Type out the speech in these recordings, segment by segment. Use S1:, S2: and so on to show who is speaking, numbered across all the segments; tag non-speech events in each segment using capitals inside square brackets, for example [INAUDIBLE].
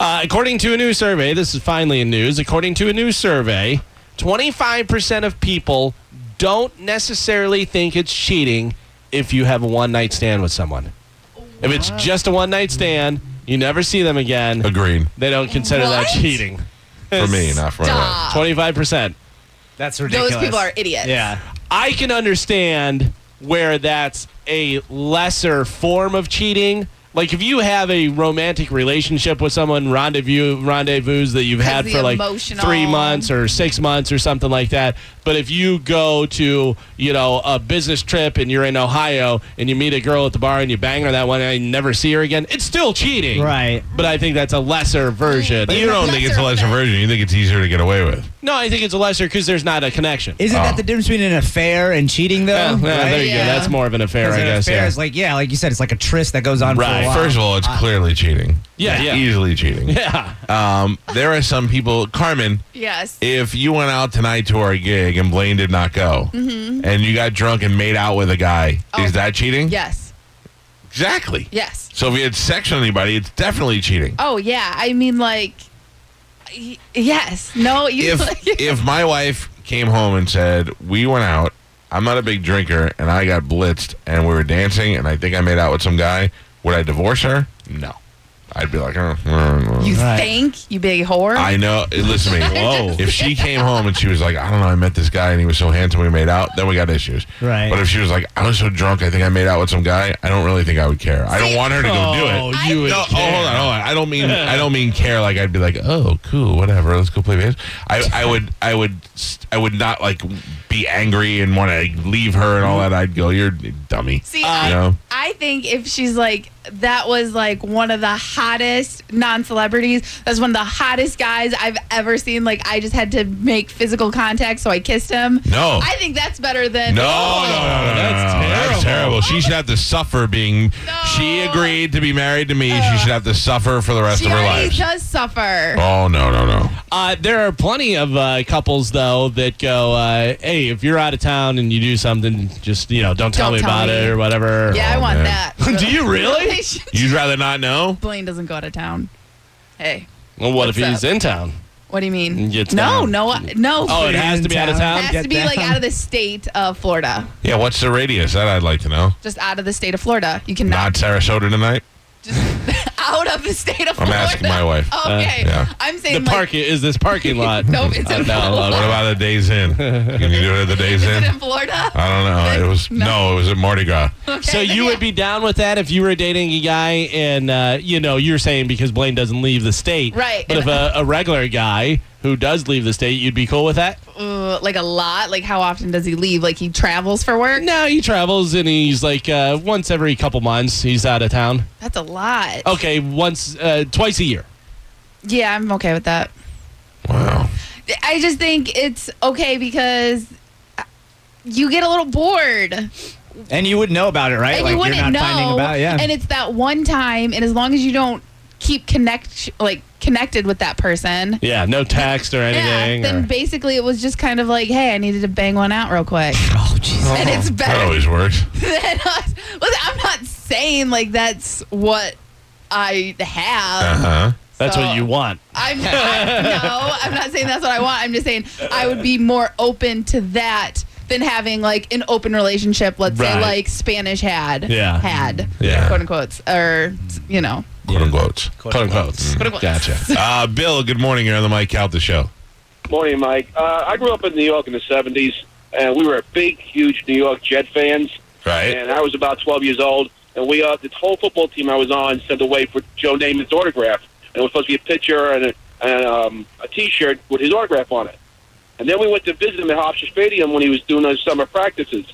S1: Uh, according to a new survey, this is finally in news. According to a new survey, 25% of people don't necessarily think it's cheating if you have a one night stand with someone. If it's just a one night stand, you never see them again,
S2: Agreed.
S1: they don't consider
S3: What?
S1: that cheating. [LAUGHS]
S2: For me, not for my wife.
S3: Stop.
S1: 25%.
S4: That's
S3: Those
S4: ridiculous.
S3: people are idiots.
S4: Yeah.
S1: I can understand where that's a lesser form of cheating. Like if you have a romantic relationship with someone, rendezvous rendezvous that you've had
S3: the
S1: for like
S3: emotional-
S1: three months or six months or something like that. But if you go to you know a business trip and you're in Ohio and you meet a girl at the bar and you bang her that one and you never see her again, it's still cheating,
S4: Right.
S1: But I think that's a lesser version.
S2: But you don't think it's a lesser version. You think it's easier to get away with.
S1: no, I think it's a lesser because there's not a connection.
S4: Isn't
S2: Oh.
S4: that the difference between an affair and cheating, though?
S1: yeah, yeah,
S4: Right?
S1: there you go.
S3: Yeah.
S1: That's more of an affair,
S4: 'Cause
S1: I
S4: an
S1: guess.
S4: affair
S1: yeah.
S4: is like, yeah, like you said, it's like a tryst that goes on for
S1: Right.
S4: a while.
S2: First of all, it's clearly cheating.
S1: Yeah, yeah.
S2: Easily cheating.
S1: yeah.
S2: Um, there are some people, Carmen,
S3: Yes.
S2: if you went out tonight to our gig and Blaine did not go
S1: Mm-hmm.
S2: and you got drunk and made out with a guy, is
S1: Oh.
S2: that cheating?
S3: yes.
S2: Exactly.
S3: Yes.
S2: So if you had sex with anybody, it's definitely cheating.
S3: Oh yeah. I mean, like, y- yes. No. [LAUGHS] You.
S2: if if my wife came home and said we went out i'm not a big drinker and i got blitzed and we were dancing and i think i made out with some guy would i divorce her no i'd be like oh, mm,
S3: you
S2: mm.
S4: Right.
S3: think you big whore.
S2: i know eh, listen to me
S3: [LAUGHS]
S1: Whoa.
S2: if she came home and she was like i don't know i met this guy and he was so handsome we made out then we got issues
S4: Right.
S2: but if she was like i was so drunk i think i made out with some guy i don't really think i would care i don't
S3: See-
S2: want her to go do it
S1: Oh, you would
S2: no,
S1: care.
S2: Oh, hold on, hold on. I don't mean I don't mean care. Like I'd be like, oh, cool, whatever. Let's go play games. I, I would I would st- I would not like be angry and want to leave her and all that. I'd go, you're a dummy.
S3: See, I,
S2: you know?
S3: I think if she's like, that was like one of the hottest non celebrities. That's one of the hottest guys I've ever seen. Like, I just had to make physical contact, so I kissed him.
S2: No.
S3: I think that's better than. Oh,
S2: No, no, no, no, no,
S1: That's
S2: no, no.
S1: terrible.
S2: That's terrible. She should have to suffer being.
S3: No.
S2: She agreed to be married to me. She should have to suffer for the rest
S3: She
S2: of her
S3: already
S2: life.
S3: does suffer.
S2: Oh no, no, no.
S1: Uh, there are plenty of uh, couples though that go, uh, "Hey, if you're out of town and you do something, just you know, don't tell
S3: Don't
S1: me
S3: tell
S1: about
S3: me.
S1: it or whatever."
S3: yeah, I
S2: Oh,
S3: want
S2: man.
S3: that.
S2: [LAUGHS]
S1: Do you really?
S2: You'd rather not know.
S3: [LAUGHS] Blaine doesn't go out of town. Hey,
S1: well, what if
S3: What's
S1: he's
S3: up?
S1: in town?
S3: what do you mean?
S1: Gets
S3: no,
S1: down.
S3: no, no.
S1: Oh, it has to be out of
S3: It
S1: town.
S3: has to be like out of the state of Florida.
S2: Yeah, what's the radius? That I'd like to know.
S3: Just out of the state of Florida. You cannot
S2: Not Sarasota tonight.
S3: [LAUGHS] out of the state of
S2: I'm
S3: Florida.
S2: asking my wife.
S3: [LAUGHS] Okay.
S2: yeah.
S3: I'm
S1: The
S3: saying like,
S1: park is this parking lot.
S3: [LAUGHS]
S1: Uh,
S3: Nope, it's
S1: out
S3: in
S1: of town.
S3: Florida.
S2: What about the days
S1: [LAUGHS]
S2: in? Can you do it at the days
S3: [LAUGHS] Is
S2: in? Uh.
S3: it in Florida?
S2: I don't know. It was no.
S3: No.
S2: it was at Mardi Gras.
S3: Okay,
S1: So
S3: then
S1: you
S3: yeah.
S1: would be down with that if you were dating a guy, and uh, you know you're saying because Blaine doesn't leave the state,
S3: Right.
S1: But if a, a regular guy who does leave the state, you'd be cool with that.
S3: Uh, like a lot. Like how often does he leave? Like he travels for work.
S1: No, he travels and he's like uh, once every couple months he's out of town.
S3: That's a lot.
S1: Okay, once, uh, twice a year.
S3: Yeah, I'm okay with that.
S2: Wow.
S3: I just think it's okay because uh, you get a little bored.
S4: And you would know about it, right?
S3: and
S4: like
S3: you wouldn't
S4: you're not
S3: know.
S4: finding about, yeah.
S3: And it's that one time, and as long as you don't keep connect like connected with that person,
S1: Yeah, no text or anything.
S3: then
S1: or-
S3: basically it was just kind of like, hey, I needed to bang one out real
S4: [LAUGHS]
S3: quick,
S4: oh, jeez.
S3: and it's
S2: That
S3: better
S2: always works.
S3: [LAUGHS] than us. Listen, I'm not saying like that's what I
S2: Uh
S4: Uh-huh.
S3: have.
S2: huh.
S1: that's
S3: so-
S1: what you want.
S3: I'm I, no, I'm not saying that's what I want. I'm just saying I would be more open to that than having like an open relationship. Let's
S1: Right.
S3: say like Spanish had
S1: Yeah.
S3: had
S2: Yeah.
S3: quote unquote or you know
S2: Quote unquote.
S1: Quote unquote. Gotcha.
S2: Uh, Bill, good morning. You're on the Mike Calta show.
S5: Morning, Mike. Uh, I grew up in New York in the 70s, and we were big, huge New York Jet fans.
S2: Right.
S5: And I was about 12 years old, and we uh, the whole football team I was on sent away for Joe Namath's autograph. And it was supposed to be a picture and a, and, um, a T-shirt with his autograph on it. And then we went to visit him at Hofstra Stadium when he was doing those summer practices.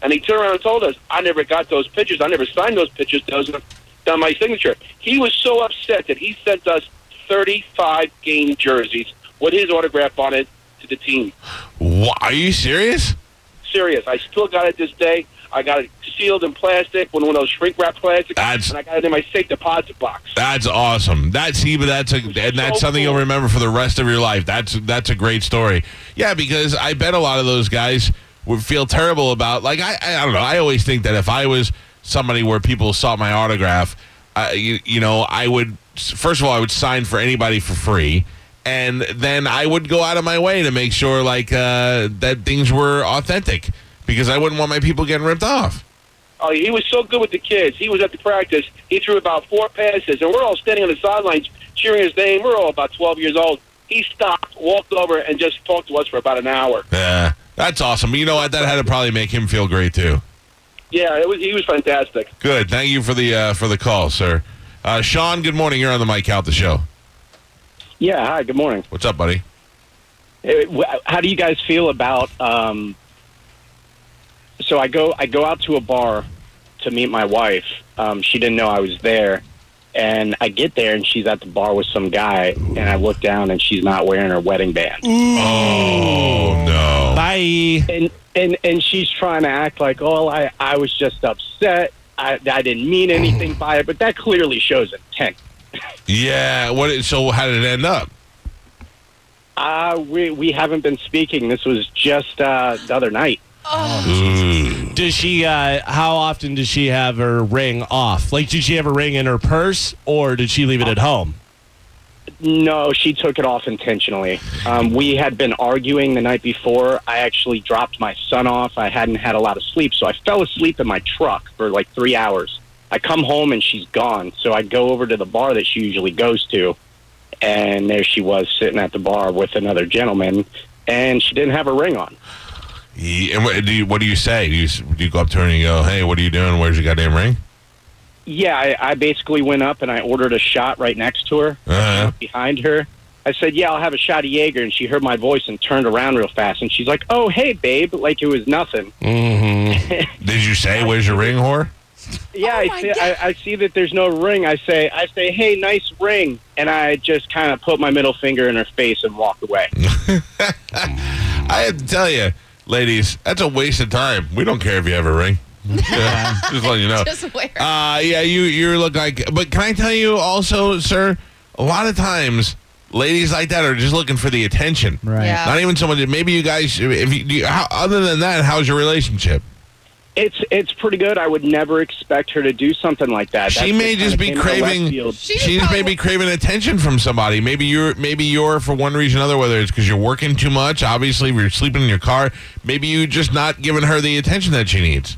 S5: And he turned around and told us, I never got those pictures. I never signed those pictures. Those are not my signature. He was so upset that he sent us 35 game jerseys with his autograph on it to the team.
S2: Wha- Are you serious?
S5: Serious. I still got it this day. I got it sealed in plastic, one of those shrink wrap plastics,
S2: That's-
S5: and I got it in my safe deposit box.
S2: That's awesome. That's he, but that's a and that's
S5: so
S2: something you'll
S5: cool.
S2: remember for the rest of your life. That's that's a great story. Yeah, because I bet a lot of those guys would feel terrible about like I I, I don't know. I always think that if I was somebody where people sought my autograph, uh, you, you know, I would first of all I would sign for anybody for free. And then I would go out of my way to make sure, like, uh, that things were authentic, because I wouldn't want my people getting ripped off.
S5: Oh, he was so good with the kids. He was at the practice. He threw about four passes, and we're all standing on the sidelines cheering his name. We're all about 12 years old. He stopped, walked over, and just talked to us for about an hour.
S2: Yeah, that's awesome. You know what? That had to probably make him feel great too.
S5: Yeah, it was. He was fantastic.
S2: Good. Thank you for the uh, for the call, sir. Uh, Sean, good morning. You're on the mic out the show.
S6: Yeah, hi, good morning.
S2: What's up, buddy?
S6: Eh, wh- How do you guys feel about um so I go I go out to a bar to meet my wife. Um she didn't know I was there and I get there and she's at the bar with some guy and I look down and she's not wearing her wedding band.
S2: Oh no.
S1: Bye.
S6: And and and she's trying to act like, "Oh, I I was just upset. I I didn't mean anything by it." But that clearly shows intent.
S2: Yeah. What? it- So how did it end up?
S6: Uh, we we haven't been speaking. This was just uh, the other night.
S2: Ooh.
S1: Does she? Uh, how often does she have her ring off? Like, did she have a ring in her purse, or did she leave it at home?
S6: No, she took it off intentionally. Um, we had been arguing the night before. I actually dropped my son off. I hadn't had a lot of sleep, so I fell asleep in my truck for like three hours. I come home and she's gone. So I go over to the bar that she usually goes to, and there she was sitting at the bar with another gentleman, and she didn't have a ring on.
S2: Ye- And what do you what do you say? Do you s- do you go up to her and you go, "Hey, what are you doing? Where's your goddamn ring?"
S6: Yeah, I, I basically went up and I ordered a shot right next to her.
S2: Uh-huh.
S6: behind her. I said, "Yeah, I'll have a shot of Jaeger," and she heard my voice and turned around real fast, and she's like, "Oh, hey, babe," like it was nothing.
S2: Did you say, "Where's your ring, whore"?
S6: Yeah,
S3: Oh
S6: I,
S3: my
S6: see, I, I see that there's no ring. I say, I say, "Hey, nice ring," and I just kind of put my middle finger in her face and walked away.
S2: I have to tell you, ladies, that's a waste of time. We don't care if you have a ring. [LAUGHS] Yeah, just letting you know.
S3: Just wear.
S2: Uh, yeah, you you look like. But can I tell you also, sir? A lot of times, ladies like that are just looking for the attention.
S4: Right.
S3: Yeah.
S2: Not even someone. Maybe you guys. If you, do you- how, other than that, how's your relationship?
S6: It's it's pretty good. I would never expect her to do something like that.
S2: She may
S6: kinda
S2: just be
S6: came out of left
S2: craving-
S6: field.
S3: She
S2: She's
S3: probably-
S2: maybe craving attention from somebody. Maybe you're. Maybe you're for one reason or another. Whether it's because you're working too much, obviously, if you're sleeping in your car. Maybe you're just not giving her the attention that she needs.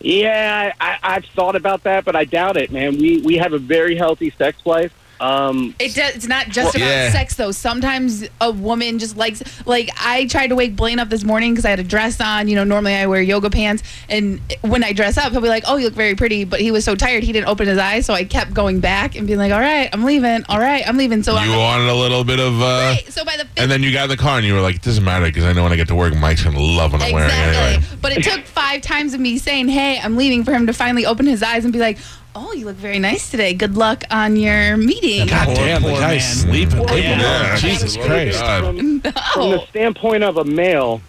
S6: Yeah, I, I, I've thought about that, but I doubt it, man. We we have a very healthy sex life. Um,
S3: It does, it's not just about
S2: yeah.
S3: sex though. Sometimes a woman just likes like I tried to wake Blaine up this morning because I had a dress on. You know, normally I wear yoga pants, and when I dress up, he'll be like, "Oh, you look very pretty," but he was so tired he didn't open his eyes, so I kept going back and being like, "All right, I'm leaving. All right, I'm leaving." So
S2: you
S3: I'm
S2: wanted a little bit of. Uh,
S3: right. So by the fifth
S2: And then you got in the car and you were like, "It doesn't matter because I know when I get to work, Mike's gonna love when I'm wearing it."
S3: Exactly.
S2: Anyway.
S3: But it took five times of me saying, "Hey, I'm leaving," for him to finally open his eyes and be like, "Oh, you look very nice today. Good luck on your meeting." [LAUGHS]
S1: God
S4: Poor-
S1: damn, the
S4: poor
S1: guy's
S4: man.
S1: sleeping.
S4: Poor
S1: Leave him
S4: man.
S1: alone.
S2: Yeah.
S1: Jesus
S2: Yeah.
S1: Christ.
S2: God.
S6: From,
S3: Oh.
S6: from the standpoint of a male,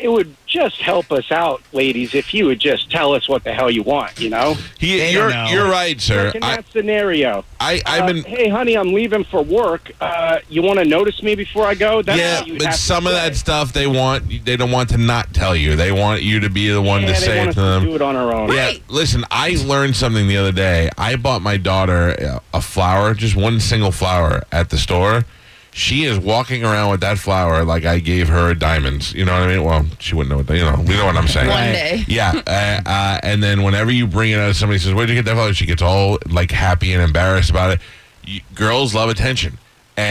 S6: it would just help us out, ladies, if you would just tell us what the hell you want, you know?
S2: He,
S4: They
S2: you're
S4: don't know.
S2: you're right, sir.
S6: Like in
S2: I,
S6: that scenario,
S2: I I've
S6: uh,
S2: been
S6: hey, honey, I'm leaving for work. Uh, you want to notice me before I go? That's
S2: yeah,
S6: what you
S2: but
S6: have
S2: some
S6: to
S2: of
S6: say.
S2: that stuff they want they don't want to not tell you. They want you to be the one
S6: Yeah,
S2: to
S6: they
S2: say
S6: want
S2: it
S6: us
S2: to them.
S6: do it on our own.
S2: Yeah,
S3: Right.
S2: listen, I learned something the other day. I bought my daughter uh, a flower, just one single flower at the store. She is walking around with that flower like I gave her diamonds. You know what I mean? Well, she wouldn't know what, you know, we know what I'm saying.
S3: One day.
S2: Yeah. Uh, uh, and then whenever you bring it out, somebody says, Where'd you get that flower? She gets all like happy and embarrassed about it. You, girls love attention.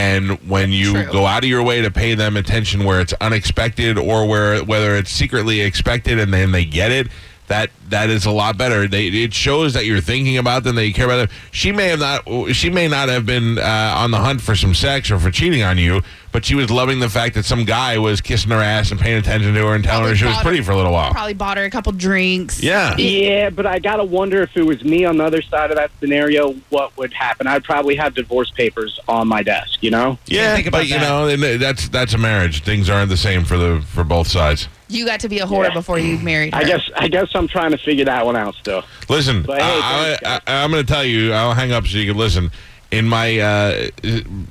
S2: And when you
S3: True.
S2: go out of your way to pay them attention where it's unexpected or where whether it's secretly expected and then they get it, That that is a lot better. They, it shows that you're thinking about them, that you care about them. She may have not, she may not have been uh, on the hunt for some sex or for cheating on you, but she was loving the fact that some guy was kissing her ass and paying attention to her and telling her she was
S3: bought-
S2: pretty for a little while.
S3: Probably bought her a couple drinks.
S2: Yeah.
S6: Yeah, but I gotta wonder if it was me on the other side of that scenario, what would happen? I'd probably have divorce papers on my desk, you know?
S2: Yeah,
S4: think about
S2: but you
S4: that.
S2: know and that's that's a marriage. Things aren't the same for the for both sides.
S3: You got to be a whore
S6: Yeah.
S3: before you married her.
S6: I guess I guess I'm trying to figure that one out still.
S2: Listen,
S6: But hey,
S2: I,
S6: thanks,
S2: I, I, I'm going to tell you. I'll hang up so you can listen. In my uh,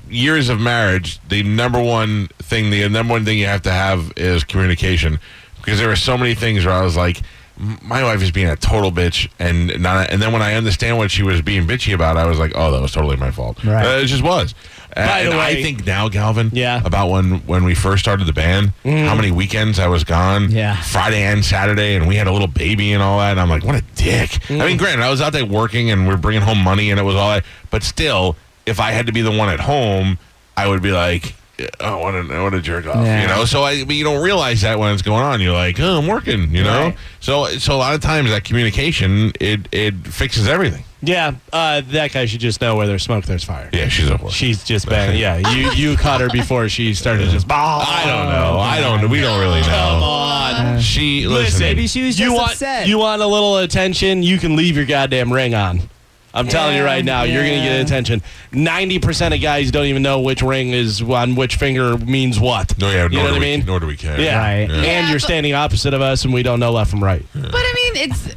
S2: years of marriage, the number one thing, the number one thing you have to have is communication, because there were so many things where I was like, "M- my wife is being a total bitch, and not. And then when I understand what she was being bitchy about, I was like, oh, that was totally my fault.
S4: Right.
S2: Uh, it just was.
S1: By
S2: and
S1: the
S2: I
S1: way-
S2: think now, Galvin,
S1: Yeah. Mm-hmm.
S2: about when when we first started the band, how many weekends I was gone,
S4: Yeah.
S2: Friday and Saturday, and we had a little baby and all that. And I'm like, what a dick. I
S1: Mm.
S2: mean, granted, I was out there working and we are bringing home money and it was all that. But still, if I had to be the one at home, I would be like, oh, what a, what a jerk off.
S4: Yeah.
S2: You know? So I, but you don't realize that when it's going on. You're like, oh, I'm working, you know?
S4: Right.
S2: So, so a lot of times that communication, it, it fixes everything.
S1: Yeah, uh, that guy should just know where there's smoke, there's fire.
S2: Yeah, she's a whore.
S1: She's just [LAUGHS] banging. Yeah, you you caught her before she started [LAUGHS] just.
S2: I don't know. I don't. We don't really know.
S1: Come on.
S2: She
S1: Listen,
S2: listen.
S4: Maybe she was
S1: you
S4: just
S1: want
S4: upset.
S1: you want a little attention. You can leave your goddamn ring on. I'm telling you right now, you're gonna get
S4: yeah.
S1: attention. Ninety percent of guys don't even know which ring is on which finger means what.
S2: no, yeah,
S1: you
S2: nor
S1: know what
S2: do
S1: I
S2: we,
S1: mean.
S2: Nor do we care.
S1: yeah.
S4: Right.
S1: and
S3: Yeah,
S1: you're
S3: but-
S1: standing opposite of us, and we don't know left from right.
S3: But I mean, it's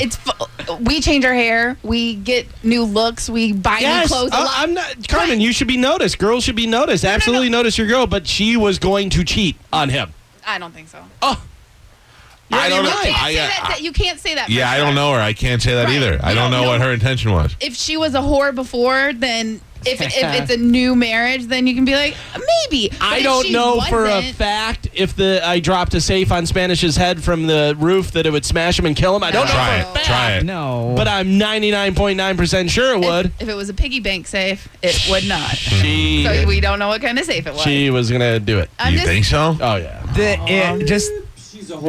S3: it's fu- we change our hair, we get new looks, we buy new clothes. a
S1: Uh,
S3: lot.
S1: I'm not Carmen. You should be noticed. Girls should be noticed. Absolutely notice your girl, but she was going to cheat on him.
S3: I don't think so.
S1: You're
S2: I
S1: out of
S2: don't
S1: your
S2: know.
S1: mind.
S3: You
S2: Oh, I,
S3: can't, say
S2: uh,
S3: that, that- you can't say that. for
S2: Yeah, I
S3: sure.
S2: don't know her. I can't say that
S3: Right.
S2: either. I don't
S3: You don't
S2: know,
S3: know.
S2: what her intention was.
S3: If she was a whore before, then if,
S1: [LAUGHS]
S3: if it's a new marriage, then you can be like maybe. But
S1: I
S3: if
S1: don't
S3: she
S1: know for a
S3: wasn't-
S1: fact if the I dropped a safe on Spanish's head from the roof that it would smash him and kill him. I don't know
S2: Try
S1: for a
S2: it.
S1: fact,
S2: Try it.
S4: No.
S1: but I'm 99.9% sure it would.
S3: If, if it was a piggy bank safe, it would
S1: [LAUGHS]
S3: not.
S1: She
S3: so we don't know what kind of safe it was.
S1: she was going to do it.
S3: I'm
S2: you
S3: just,
S2: think so?
S1: Oh yeah.
S4: The- it just
S1: That's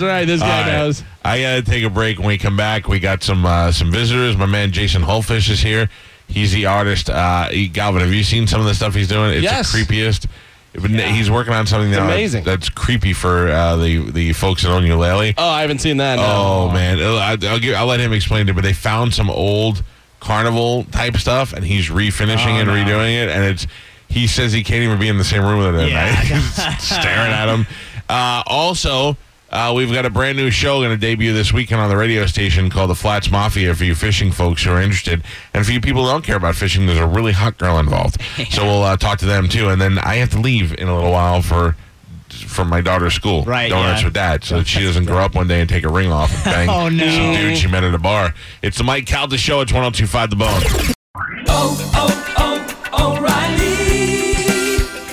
S1: right. This guy
S2: All right.
S1: knows.
S2: I gotta take a break. When we come back, we got some uh, some visitors. My man Jason Hullfish is here. He's the artist. Uh, he- Galvin, have you seen some of the stuff he's doing? It's
S1: Yes.
S2: the creepiest. But n- He's working on something now
S1: amazing.
S2: that's creepy for uh, the the folks that own ukulele.
S1: Oh, I haven't seen that. no.
S2: Oh man, I'll, I'll, give, I'll let him explain it. But they found some old carnival type stuff, and he's refinishing
S4: Oh,
S2: and redoing it. And it's he says he can't even be in the same room with it at night. [LAUGHS]
S4: [LAUGHS]
S2: He's staring at him. Uh, also. Uh, we've got a brand new show going to debut this weekend on the radio station called the Flats Mafia for you fishing folks who are interested. And for you people who don't care about fishing, there's a really hot girl
S4: [LAUGHS]
S2: involved. so we'll uh, talk to them too. And then I have to leave in a little while for for my daughter's school.
S4: Right,
S2: Don't
S4: yeah.
S2: with that so that she doesn't grow up one day and take a ring off and bang
S4: [LAUGHS] Oh, no.
S2: some dude she met at a bar. It's the Mike Calda Show. It's 1025 The Bone.